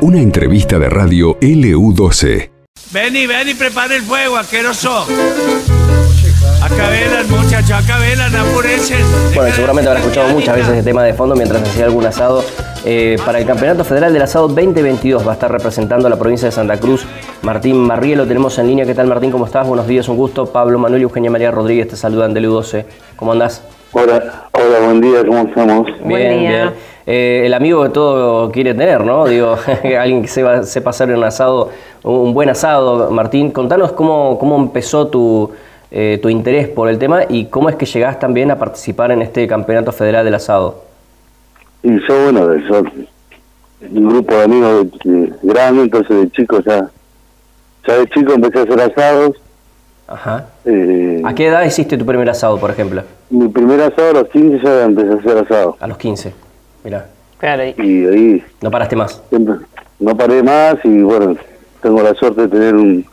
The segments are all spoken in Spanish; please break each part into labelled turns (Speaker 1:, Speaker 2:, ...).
Speaker 1: Una entrevista de radio LU12.
Speaker 2: Vení, vení, prepara el fuego, asqueroso. Acá velan, muchachos, acá velan, apurecen.
Speaker 3: Bueno, seguramente habrá escuchado muchas veces este tema de fondo mientras hacía algún asado. Eh, para el Campeonato Federal del Asado 2022 va a estar representando a la provincia de Santa Cruz. Martín Marrié lo tenemos en línea. ¿Qué tal, Martín? ¿Cómo estás? Buenos días, un gusto. Pablo Manuel y Eugenia María Rodríguez te saludan del U12. ¿Cómo andás?
Speaker 4: Hola, hola, buen día, ¿cómo estamos?
Speaker 5: Buen día.
Speaker 3: Eh, el amigo que todo quiere tener, ¿no? Digo, alguien que sepa, sepa hacer un asado, un buen asado. Martín, contanos cómo, cómo empezó tu, eh, tu interés por el tema y cómo es que llegás también a participar en este Campeonato Federal del Asado.
Speaker 4: Y yo, bueno, yo, un grupo de amigos de- grande, entonces de chico ya, ya de chico empecé a hacer asados.
Speaker 3: Ajá.
Speaker 4: eh,
Speaker 3: ¿A qué edad hiciste tu primer asado, por ejemplo?
Speaker 4: mi primer asado a los 15 ya empecé a hacer asado.
Speaker 3: A los 15. Mirá,
Speaker 5: Claro, y-
Speaker 4: Y ahí
Speaker 3: no paraste más.
Speaker 4: siempre no paré más y bueno, tengo la suerte de tener un,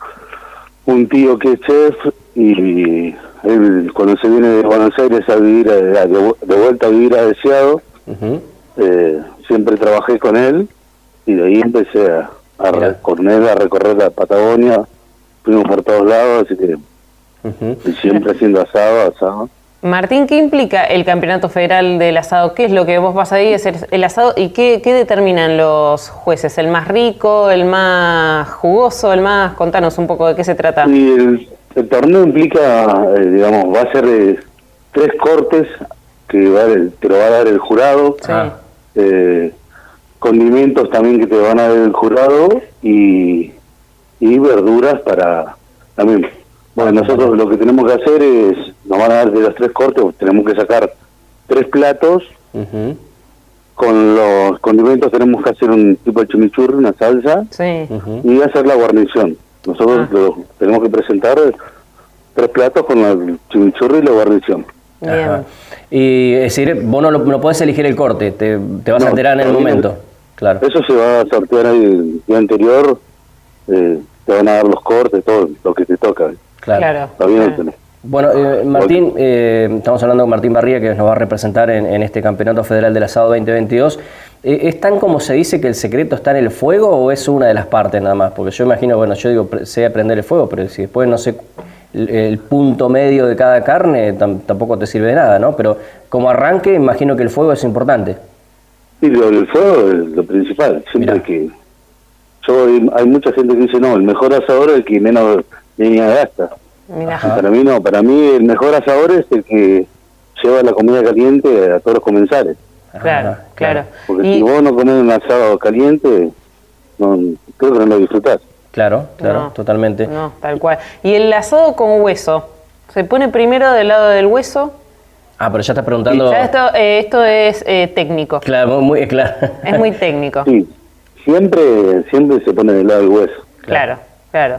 Speaker 4: un tío que es chef y él cuando se viene de Buenos Aires a vivir, a- de, vu- de vuelta a vivir a Deseado,
Speaker 3: Ujú.
Speaker 4: eh, siempre trabajé con él y de ahí empecé a, a
Speaker 3: Mirá.
Speaker 4: re- con él a recorrer la Patagonia, fuimos por todos lados, así que
Speaker 3: Ujú.
Speaker 4: y siempre haciendo asado, asado.
Speaker 5: Martín, ¿qué implica el Campeonato Federal del Asado? ¿Qué es lo que vos vas ahí a hacer el asado? ¿Y qué, qué determinan los jueces? ¿El más rico, el más jugoso, el más...? Contanos un poco de qué se trata.
Speaker 4: Y el, el torneo implica, eh, digamos, va a ser eh, tres cortes que va a dar el- te lo va a dar el jurado,
Speaker 5: Sí.
Speaker 3: Ah.
Speaker 4: eh, condimentos también que te van a dar el jurado y, y verduras para también. Bueno, nosotros lo que tenemos que hacer es, nos van a dar de los tres cortes, pues, tenemos que sacar tres platos,
Speaker 3: Ujú.
Speaker 4: con los condimentos tenemos que hacer un tipo de chimichurri, una salsa,
Speaker 5: Sí.
Speaker 3: Ujú.
Speaker 4: y hacer la guarnición. Nosotros
Speaker 5: Ah.
Speaker 4: lo- tenemos que presentar eh, tres platos con la chimichurri y la guarnición.
Speaker 5: Bien.
Speaker 3: Ajá. Y es decir, vos no, lo, no podés elegir el corte, te, te vas a
Speaker 4: No,
Speaker 3: enterar en el
Speaker 4: también-
Speaker 3: momento. Claro.
Speaker 4: Eso se va a sortear ahí el día anterior, eh, te van a dar los cortes, todo lo que te toca.
Speaker 3: Claro.
Speaker 5: Claro.
Speaker 4: Está
Speaker 3: Ah.
Speaker 4: bien,
Speaker 5: claro.
Speaker 3: Bueno, eh, Martín, eh, estamos hablando con Martín Barría, que nos va a representar en, en este Campeonato Federal del Asado 2022. Eh, ¿Es tan como se dice que el secreto está en el fuego o es una de las partes nada más? Porque yo imagino, bueno, yo digo, pre- sé aprender el fuego, pero si después no sé el, el punto medio de cada carne, tam- tampoco te sirve de nada, ¿no? Pero como arranque, imagino que el fuego es importante.
Speaker 4: Y lo del fuego es lo principal, siempre
Speaker 3: Mirá.
Speaker 4: que... Yo, hay mucha gente que dice, no, el mejor asador es el que menos leña gasta.
Speaker 5: Mirá.
Speaker 3: Ah.
Speaker 4: Y Para mí no, para mí el mejor asador es el que lleva la comida caliente a todos los comensales.
Speaker 5: Claro,
Speaker 3: Ajá,
Speaker 5: claro.
Speaker 4: Porque
Speaker 5: Y-
Speaker 4: si vos no comés un asado caliente, no, creo que no lo disfrutás.
Speaker 3: Claro, claro,
Speaker 5: No,
Speaker 3: totalmente.
Speaker 5: No, tal cual. ¿Y el asado con hueso? ¿Se pone primero del lado del hueso?
Speaker 3: Ah, pero ya estás preguntando...
Speaker 5: Ya esto, eh, esto es eh, técnico.
Speaker 3: Claro, muy, claro.
Speaker 5: Es muy técnico.
Speaker 4: Sí, siempre, siempre se pone del lado del hueso.
Speaker 5: Claro, claro.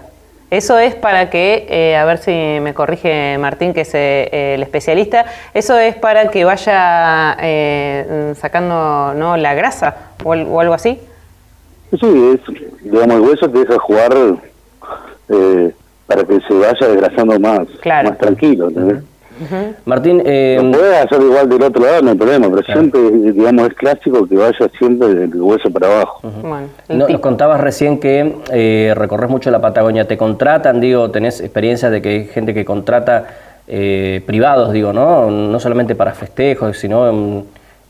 Speaker 5: Eso es para que, eh, a ver si me corrige Martín, que es eh, eh, el especialista, eso es para que vaya eh, mm, sacando ¿no? la grasa o, al- o algo así.
Speaker 4: Sí, es, digamos, el hueso te deja jugar eh, para que se vaya desgrasando más,
Speaker 5: Claro.
Speaker 4: más tranquilo. ¿entendés?
Speaker 3: Martín, eh,
Speaker 4: Lo puedes hacer igual del otro lado, no hay problema, pero siempre, digamos, es clásico que vaya siempre del hueso para abajo.
Speaker 5: Bueno, el
Speaker 3: No,
Speaker 5: tip.
Speaker 3: nos contabas recién que eh, recorres mucho la Patagonia. ¿Te contratan, digo, tenés experiencias de que hay gente que contrata eh, privados, digo, ¿no? No solamente para festejos, sino en,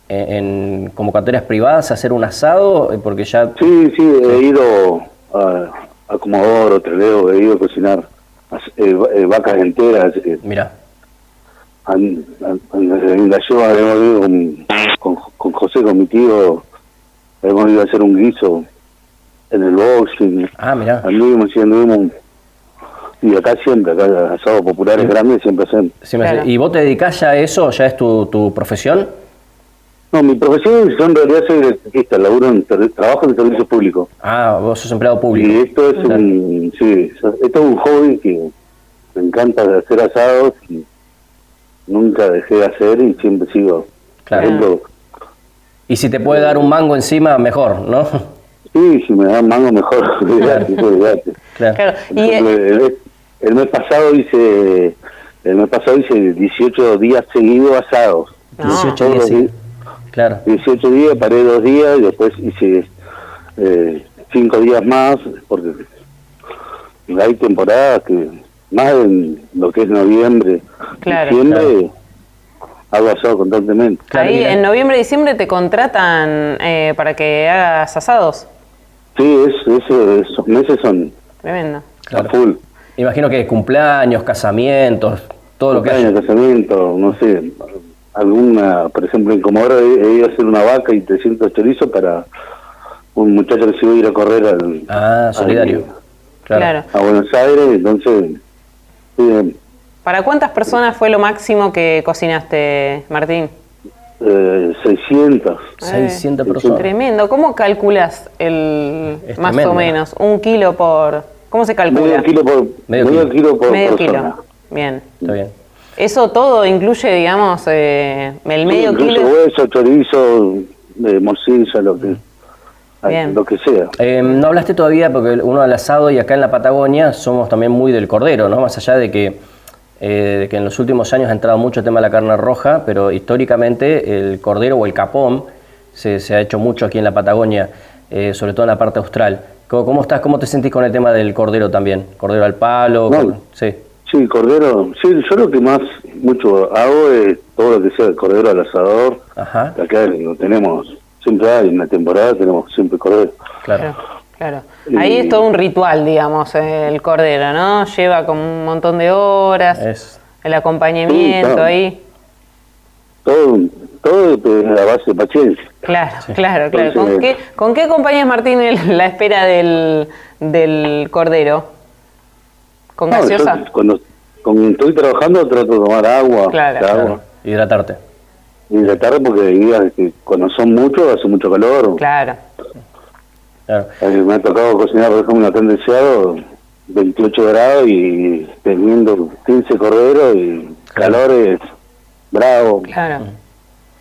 Speaker 3: en- en convocatorias privadas, hacer un asado, eh, porque ya...
Speaker 4: Sí, sí, he ido a, a Comodoro, Trelew, he ido a cocinar eh, va- eh, vacas enteras. eh,
Speaker 3: Mira,
Speaker 4: an- an- en la lleva habíamos ido con, con, con José, con mi tío, habíamos ido a hacer un guiso en el boxing,
Speaker 3: ah, mira.
Speaker 4: anduvimos y anduvimos, y acá siempre, acá asados populares grandes siempre hacen.
Speaker 5: Claro.
Speaker 3: ¿Y vos te dedicás ya a eso? ¿Ya es tu, tu profesión?
Speaker 4: No, mi profesión, yo en realidad soy electricista, laburo en ser- trabajo en servicios públicos.
Speaker 3: Ah, vos sos empleado
Speaker 4: Y
Speaker 3: público.
Speaker 4: esto es un, sí, esto es un hobby que me encanta hacer asados y nunca dejé de hacer y siempre sigo.
Speaker 3: Claro.
Speaker 4: Por ejemplo,
Speaker 3: Y si te puede dar un mango encima, mejor, ¿no?
Speaker 4: Sí, si me dan mango mejor, olvidate, olvidate.
Speaker 3: claro.
Speaker 5: Claro,
Speaker 4: Por
Speaker 5: y,
Speaker 4: ejemplo,
Speaker 5: eh,
Speaker 4: el, mes- el mes pasado hice el mes pasado hice 18 días seguidos asados.
Speaker 5: No.
Speaker 3: 18
Speaker 4: Todos
Speaker 5: Ah.
Speaker 3: días
Speaker 4: los
Speaker 3: seguidos.
Speaker 4: di-
Speaker 3: Claro.
Speaker 4: 18 días, paré dos días y después hice eh, cinco días más, porque hay temporadas que, más en lo que es noviembre,
Speaker 5: Claro,
Speaker 4: diciembre, hago asado constantemente.
Speaker 3: Claro,
Speaker 5: Ahí
Speaker 3: mira.
Speaker 5: en noviembre y diciembre te contratan eh, para que hagas asados.
Speaker 4: Sí, es, es- esos meses son
Speaker 5: Tremendo.
Speaker 3: Claro.
Speaker 4: a full.
Speaker 3: Imagino que cumpleaños, casamientos, todo lo que haya.
Speaker 4: Cumpleaños, casamiento, no sé, alguna, por ejemplo, en Comodoro he, he ido a hacer una vaca y 300 chorizos para un muchacho que se iba a ir a correr al,
Speaker 3: Ah, solidario.
Speaker 4: al-
Speaker 3: Claro.
Speaker 5: Claro.
Speaker 4: a Buenos Aires, entonces, eh,
Speaker 5: ¿Para cuántas personas fue lo máximo que cocinaste, Martín?
Speaker 4: eh, 600.
Speaker 5: Ah,
Speaker 3: 600
Speaker 4: Eh,
Speaker 3: personas.
Speaker 5: Tremendo. ¿Cómo calculas el
Speaker 3: Es
Speaker 5: más
Speaker 3: tremendo.
Speaker 5: o menos? Un kilo por. ¿Cómo se calcula?
Speaker 4: Medio kilo por,
Speaker 3: Medio
Speaker 4: medio
Speaker 3: kilo.
Speaker 4: kilo por
Speaker 5: Medio
Speaker 4: persona.
Speaker 5: kilo. Bien.
Speaker 3: Está bien.
Speaker 5: Eso todo incluye, digamos, eh, el medio
Speaker 4: Incluso
Speaker 5: kilo.
Speaker 4: hueso, chorizo, eh, morcilla, lo que,
Speaker 5: Bien.
Speaker 4: lo que sea.
Speaker 3: Eh, no hablaste todavía porque uno al asado y acá en la Patagonia somos también muy del cordero, ¿no? Más allá de que, eh, de que en los últimos años ha entrado mucho el tema de la carne roja, pero históricamente el cordero o el capón se, se ha hecho mucho aquí en la Patagonia, eh, sobre todo en la parte austral. ¿Cómo, cómo estás? ¿Cómo te sentís con el tema del cordero también? ¿Cordero al palo?
Speaker 4: No.
Speaker 3: cor- Sí.
Speaker 4: Sí, cordero. Sí, yo lo que más mucho hago es todo lo que sea el cordero al asador.
Speaker 3: Ajá,
Speaker 4: Acá lo tenemos, siempre hay en la temporada, tenemos siempre cordero.
Speaker 3: claro.
Speaker 5: Claro. Ahí es todo un ritual, digamos, eh, el cordero, ¿no? Lleva como un montón de horas,
Speaker 3: Es,
Speaker 5: el acompañamiento
Speaker 4: Sí, claro.
Speaker 5: ahí.
Speaker 4: Todo, todo es a base de paciencia.
Speaker 5: Claro, claro, claro.
Speaker 4: Entonces-
Speaker 5: ¿Con qué, ¿Con qué acompañas, Martín, el- la espera del, del cordero? ¿Con
Speaker 4: No, yo
Speaker 5: gaseosa?
Speaker 4: cuando, cuando estoy trabajando trato de tomar agua,
Speaker 5: Claro.
Speaker 4: de agua.
Speaker 3: claro. Hidratarte.
Speaker 4: Y de tarde porque hay días que cuando son muchos hace mucho calor.
Speaker 5: Claro.
Speaker 3: Claro.
Speaker 4: Eh, Me ha tocado cocinar, por ejemplo, acá en Deseado, 28 grados y teniendo 15 corderos y calores bravo.
Speaker 5: Claro.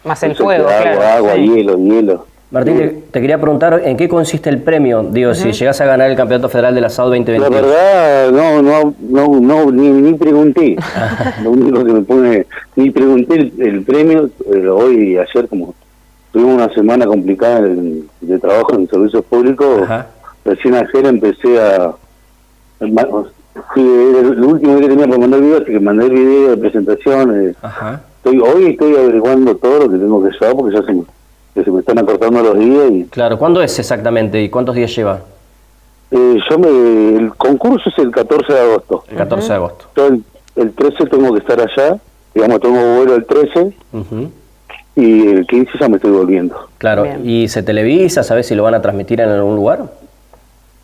Speaker 5: Más el
Speaker 4: Entonces,
Speaker 5: fuego,
Speaker 4: agua,
Speaker 5: claro.
Speaker 4: agua,
Speaker 5: sí.
Speaker 4: hielo, hielo.
Speaker 3: Martín, te, te quería preguntar en qué consiste el premio, digo, si llegas a ganar el Campeonato Federal del Asado
Speaker 4: La
Speaker 3: 2022.
Speaker 4: verdad, no, no, no, no, ni, ni pregunté. Lo único que me pone, ni pregunté el, el premio, eh, hoy y ayer, como tuvimos una semana complicada en- de trabajo en servicios públicos,
Speaker 3: Ajá.
Speaker 4: recién ayer empecé a... ma- Fui, era el último que tenía para mandar video, así que mandé el video de presentación. eh,
Speaker 3: Ajá.
Speaker 4: Estoy, hoy estoy averiguando todo lo que tengo que llevar porque ya se me, que se me están acortando los días y
Speaker 3: Claro, ¿cuándo es exactamente y cuántos días lleva?
Speaker 4: eh, yo me, el concurso es el 14 de agosto.
Speaker 3: El 14 de agosto.
Speaker 4: Yo el, el 13 tengo que estar allá, digamos, tengo vuelo el 13
Speaker 3: Ujú.
Speaker 4: y el 15 ya me estoy volviendo.
Speaker 3: Claro,
Speaker 5: Bien.
Speaker 3: ¿y se televisa? ¿Sabes si lo van a transmitir en algún lugar?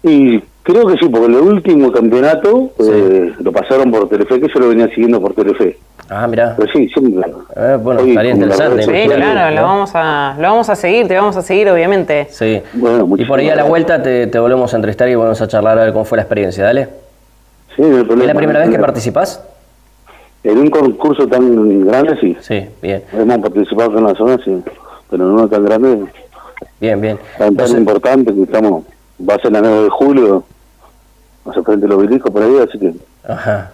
Speaker 4: Y creo que sí, porque el último campeonato
Speaker 3: Sí.
Speaker 4: eh, lo pasaron por Telefe, que yo lo venía siguiendo por Telefe.
Speaker 3: Ah, mirá.
Speaker 4: Pero sí, siempre.
Speaker 3: Eh, bueno,
Speaker 4: Hoy
Speaker 3: estaría
Speaker 4: con la
Speaker 3: interesante.
Speaker 4: red
Speaker 5: Sí,
Speaker 4: social,
Speaker 5: claro, lo
Speaker 3: ¿no?
Speaker 5: vamos, a, lo vamos a seguir, te vamos a seguir, obviamente.
Speaker 3: Sí.
Speaker 4: Bueno,
Speaker 3: y
Speaker 4: muchísimas
Speaker 3: por ahí a la
Speaker 4: gracias.
Speaker 3: vuelta te, te volvemos a entrevistar y volvemos a charlar a ver cómo fue la experiencia, dale.
Speaker 4: Sí, no hay
Speaker 3: ¿Es
Speaker 4: problema,
Speaker 3: la primera
Speaker 4: no hay
Speaker 3: vez que
Speaker 4: problema.
Speaker 3: participás?
Speaker 4: En un concurso tan grande, sí.
Speaker 3: Sí, bien,
Speaker 4: Hemos participado en la zona, sí. Pero en uno tan grande,
Speaker 3: bien, bien.
Speaker 4: tan, tan
Speaker 3: Entonces,
Speaker 4: importante, que estamos. Va a ser la 9 de julio, vamos a frente al obelisco por ahí, así que.
Speaker 3: ajá.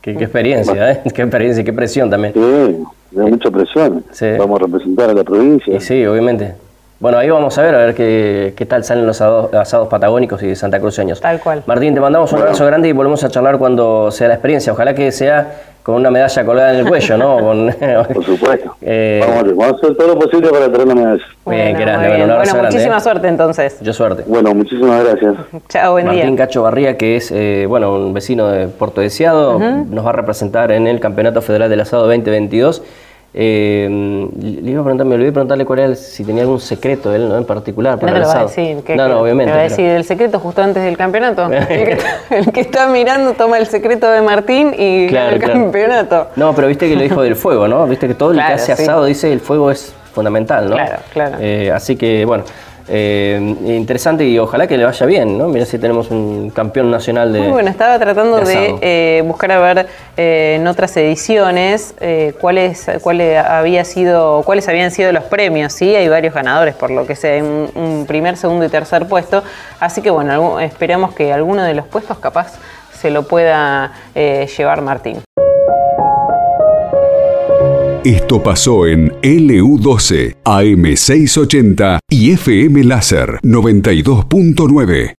Speaker 3: Qué, qué experiencia, ¿eh? Qué experiencia y qué presión también.
Speaker 4: Sí, hay mucha presión.
Speaker 3: Sí.
Speaker 4: Vamos a representar a la provincia.
Speaker 3: Y sí, obviamente. Bueno, ahí vamos a ver, a ver qué, qué tal salen los asado- asados, patagónicos y santacruceños.
Speaker 5: Tal cual.
Speaker 3: Martín, te mandamos un abrazo grande y volvemos a charlar cuando sea la experiencia. Ojalá que sea con una medalla colgada en el cuello, ¿no? Con-
Speaker 4: Por supuesto.
Speaker 3: Eh,
Speaker 4: Vamos, a- vamos a hacer todo lo posible para traer la medalla.
Speaker 3: Bien,
Speaker 5: Bueno,
Speaker 3: grande,
Speaker 5: muy
Speaker 3: bueno, un
Speaker 5: bien.
Speaker 3: abrazo
Speaker 5: Bueno,
Speaker 3: grande,
Speaker 5: muchísima
Speaker 3: ¿eh?
Speaker 5: suerte entonces.
Speaker 3: Yo suerte.
Speaker 4: Bueno, muchísimas gracias.
Speaker 5: Chao, buen
Speaker 3: Martín
Speaker 5: día.
Speaker 3: Cacho Barría, que es eh, bueno un vecino de Puerto Deseado, nos va a representar en el Campeonato Federal del Asado 2022. Eh, le iba a preguntar, me olvidé de preguntarle cuál era el- si tenía algún secreto él, ¿no? En particular
Speaker 5: No
Speaker 3: para
Speaker 5: te
Speaker 3: el
Speaker 5: lo va a
Speaker 3: asado.
Speaker 5: decir. que-
Speaker 3: no,
Speaker 5: que-
Speaker 3: no, obviamente.
Speaker 5: Te va a
Speaker 3: pero-
Speaker 5: decir el secreto justo antes del campeonato. el, que, el que está mirando toma el secreto de Martín y gana
Speaker 3: Claro,
Speaker 5: el
Speaker 3: claro.
Speaker 5: campeonato.
Speaker 3: No, pero viste que lo dijo del fuego, ¿no? Viste que todo el que
Speaker 5: Claro,
Speaker 3: hace
Speaker 5: sí.
Speaker 3: asado dice el fuego es fundamental, ¿no?
Speaker 5: Claro, claro.
Speaker 3: Eh, así que, bueno, eh, interesante y ojalá que le vaya bien, ¿no? Mira si tenemos un campeón nacional de...
Speaker 5: Muy bueno, estaba tratando
Speaker 3: de
Speaker 5: de
Speaker 3: asado.
Speaker 5: eh, buscar a ver eh, en otras ediciones eh, cuáles cuáles había sido cuáles habían sido los premios, sí, hay varios ganadores por lo que sea, hay un, un primer, segundo y tercer puesto, así que bueno, algu- esperamos que alguno de los puestos capaz se lo pueda eh, llevar Martín.
Speaker 1: Esto pasó en LU12, AM680 y FM Láser 92.9.